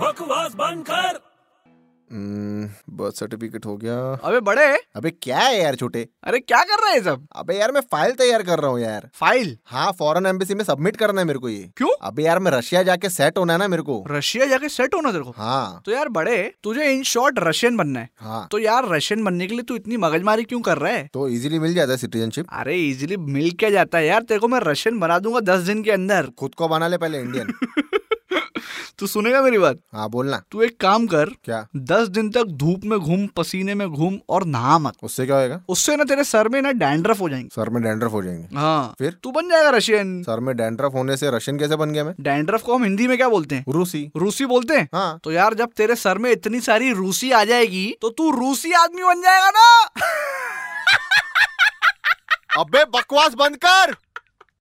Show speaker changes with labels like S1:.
S1: बकवास बंद कर
S2: बर्थ सर्टिफिकेट हम्म, हो गया
S3: अबे बड़े
S2: अबे क्या है यार छोटे
S3: अरे क्या कर रहे हैं सब
S2: अबे यार मैं फाइल तैयार कर रहा हूँ यार
S3: फाइल
S2: हाँ फॉरेन एम्बेसी में सबमिट करना है मेरे को ये
S3: क्यों
S2: अबे यार मैं रशिया जाके सेट होना है ना मेरे को
S3: रशिया जाके सेट होना तेरे को
S2: हाँ
S3: तो यार बड़े तुझे इन शॉर्ट रशियन बनना है
S2: हाँ
S3: तो यार रशियन बनने के लिए तू इतनी मगजमारी क्यों कर रहा है
S2: तो इजीली मिल जाता है सिटीजनशिप
S3: अरे इजीली मिल क्या जाता है यार तेरे को मैं रशियन बना दूंगा दस दिन के अंदर
S2: खुद को बना ले पहले इंडियन
S3: तू सुनेगा मेरी बात
S2: हाँ बोलना
S3: तू एक काम कर
S2: क्या
S3: दस दिन तक धूप में घूम पसीने में घूम और नहा मत
S2: उससे क्या होएगा
S3: उससे ना तेरे सर में ना डैंड्रफ हो जाएंगे
S2: सर में डैंड्रफ हो जाएंगे
S3: हाँ
S2: फिर?
S3: तू बन जाएगा रशियन
S2: सर में डैंड्रफ होने से रशियन कैसे बन गया मैं
S3: डैंड्रफ को हम हिंदी में क्या बोलते हैं
S2: रूसी
S3: रूसी बोलते हैं
S2: हाँ
S3: तो यार जब तेरे सर में इतनी सारी रूसी आ जाएगी तो तू रूसी आदमी बन जाएगा ना
S2: अबे बकवास बंद कर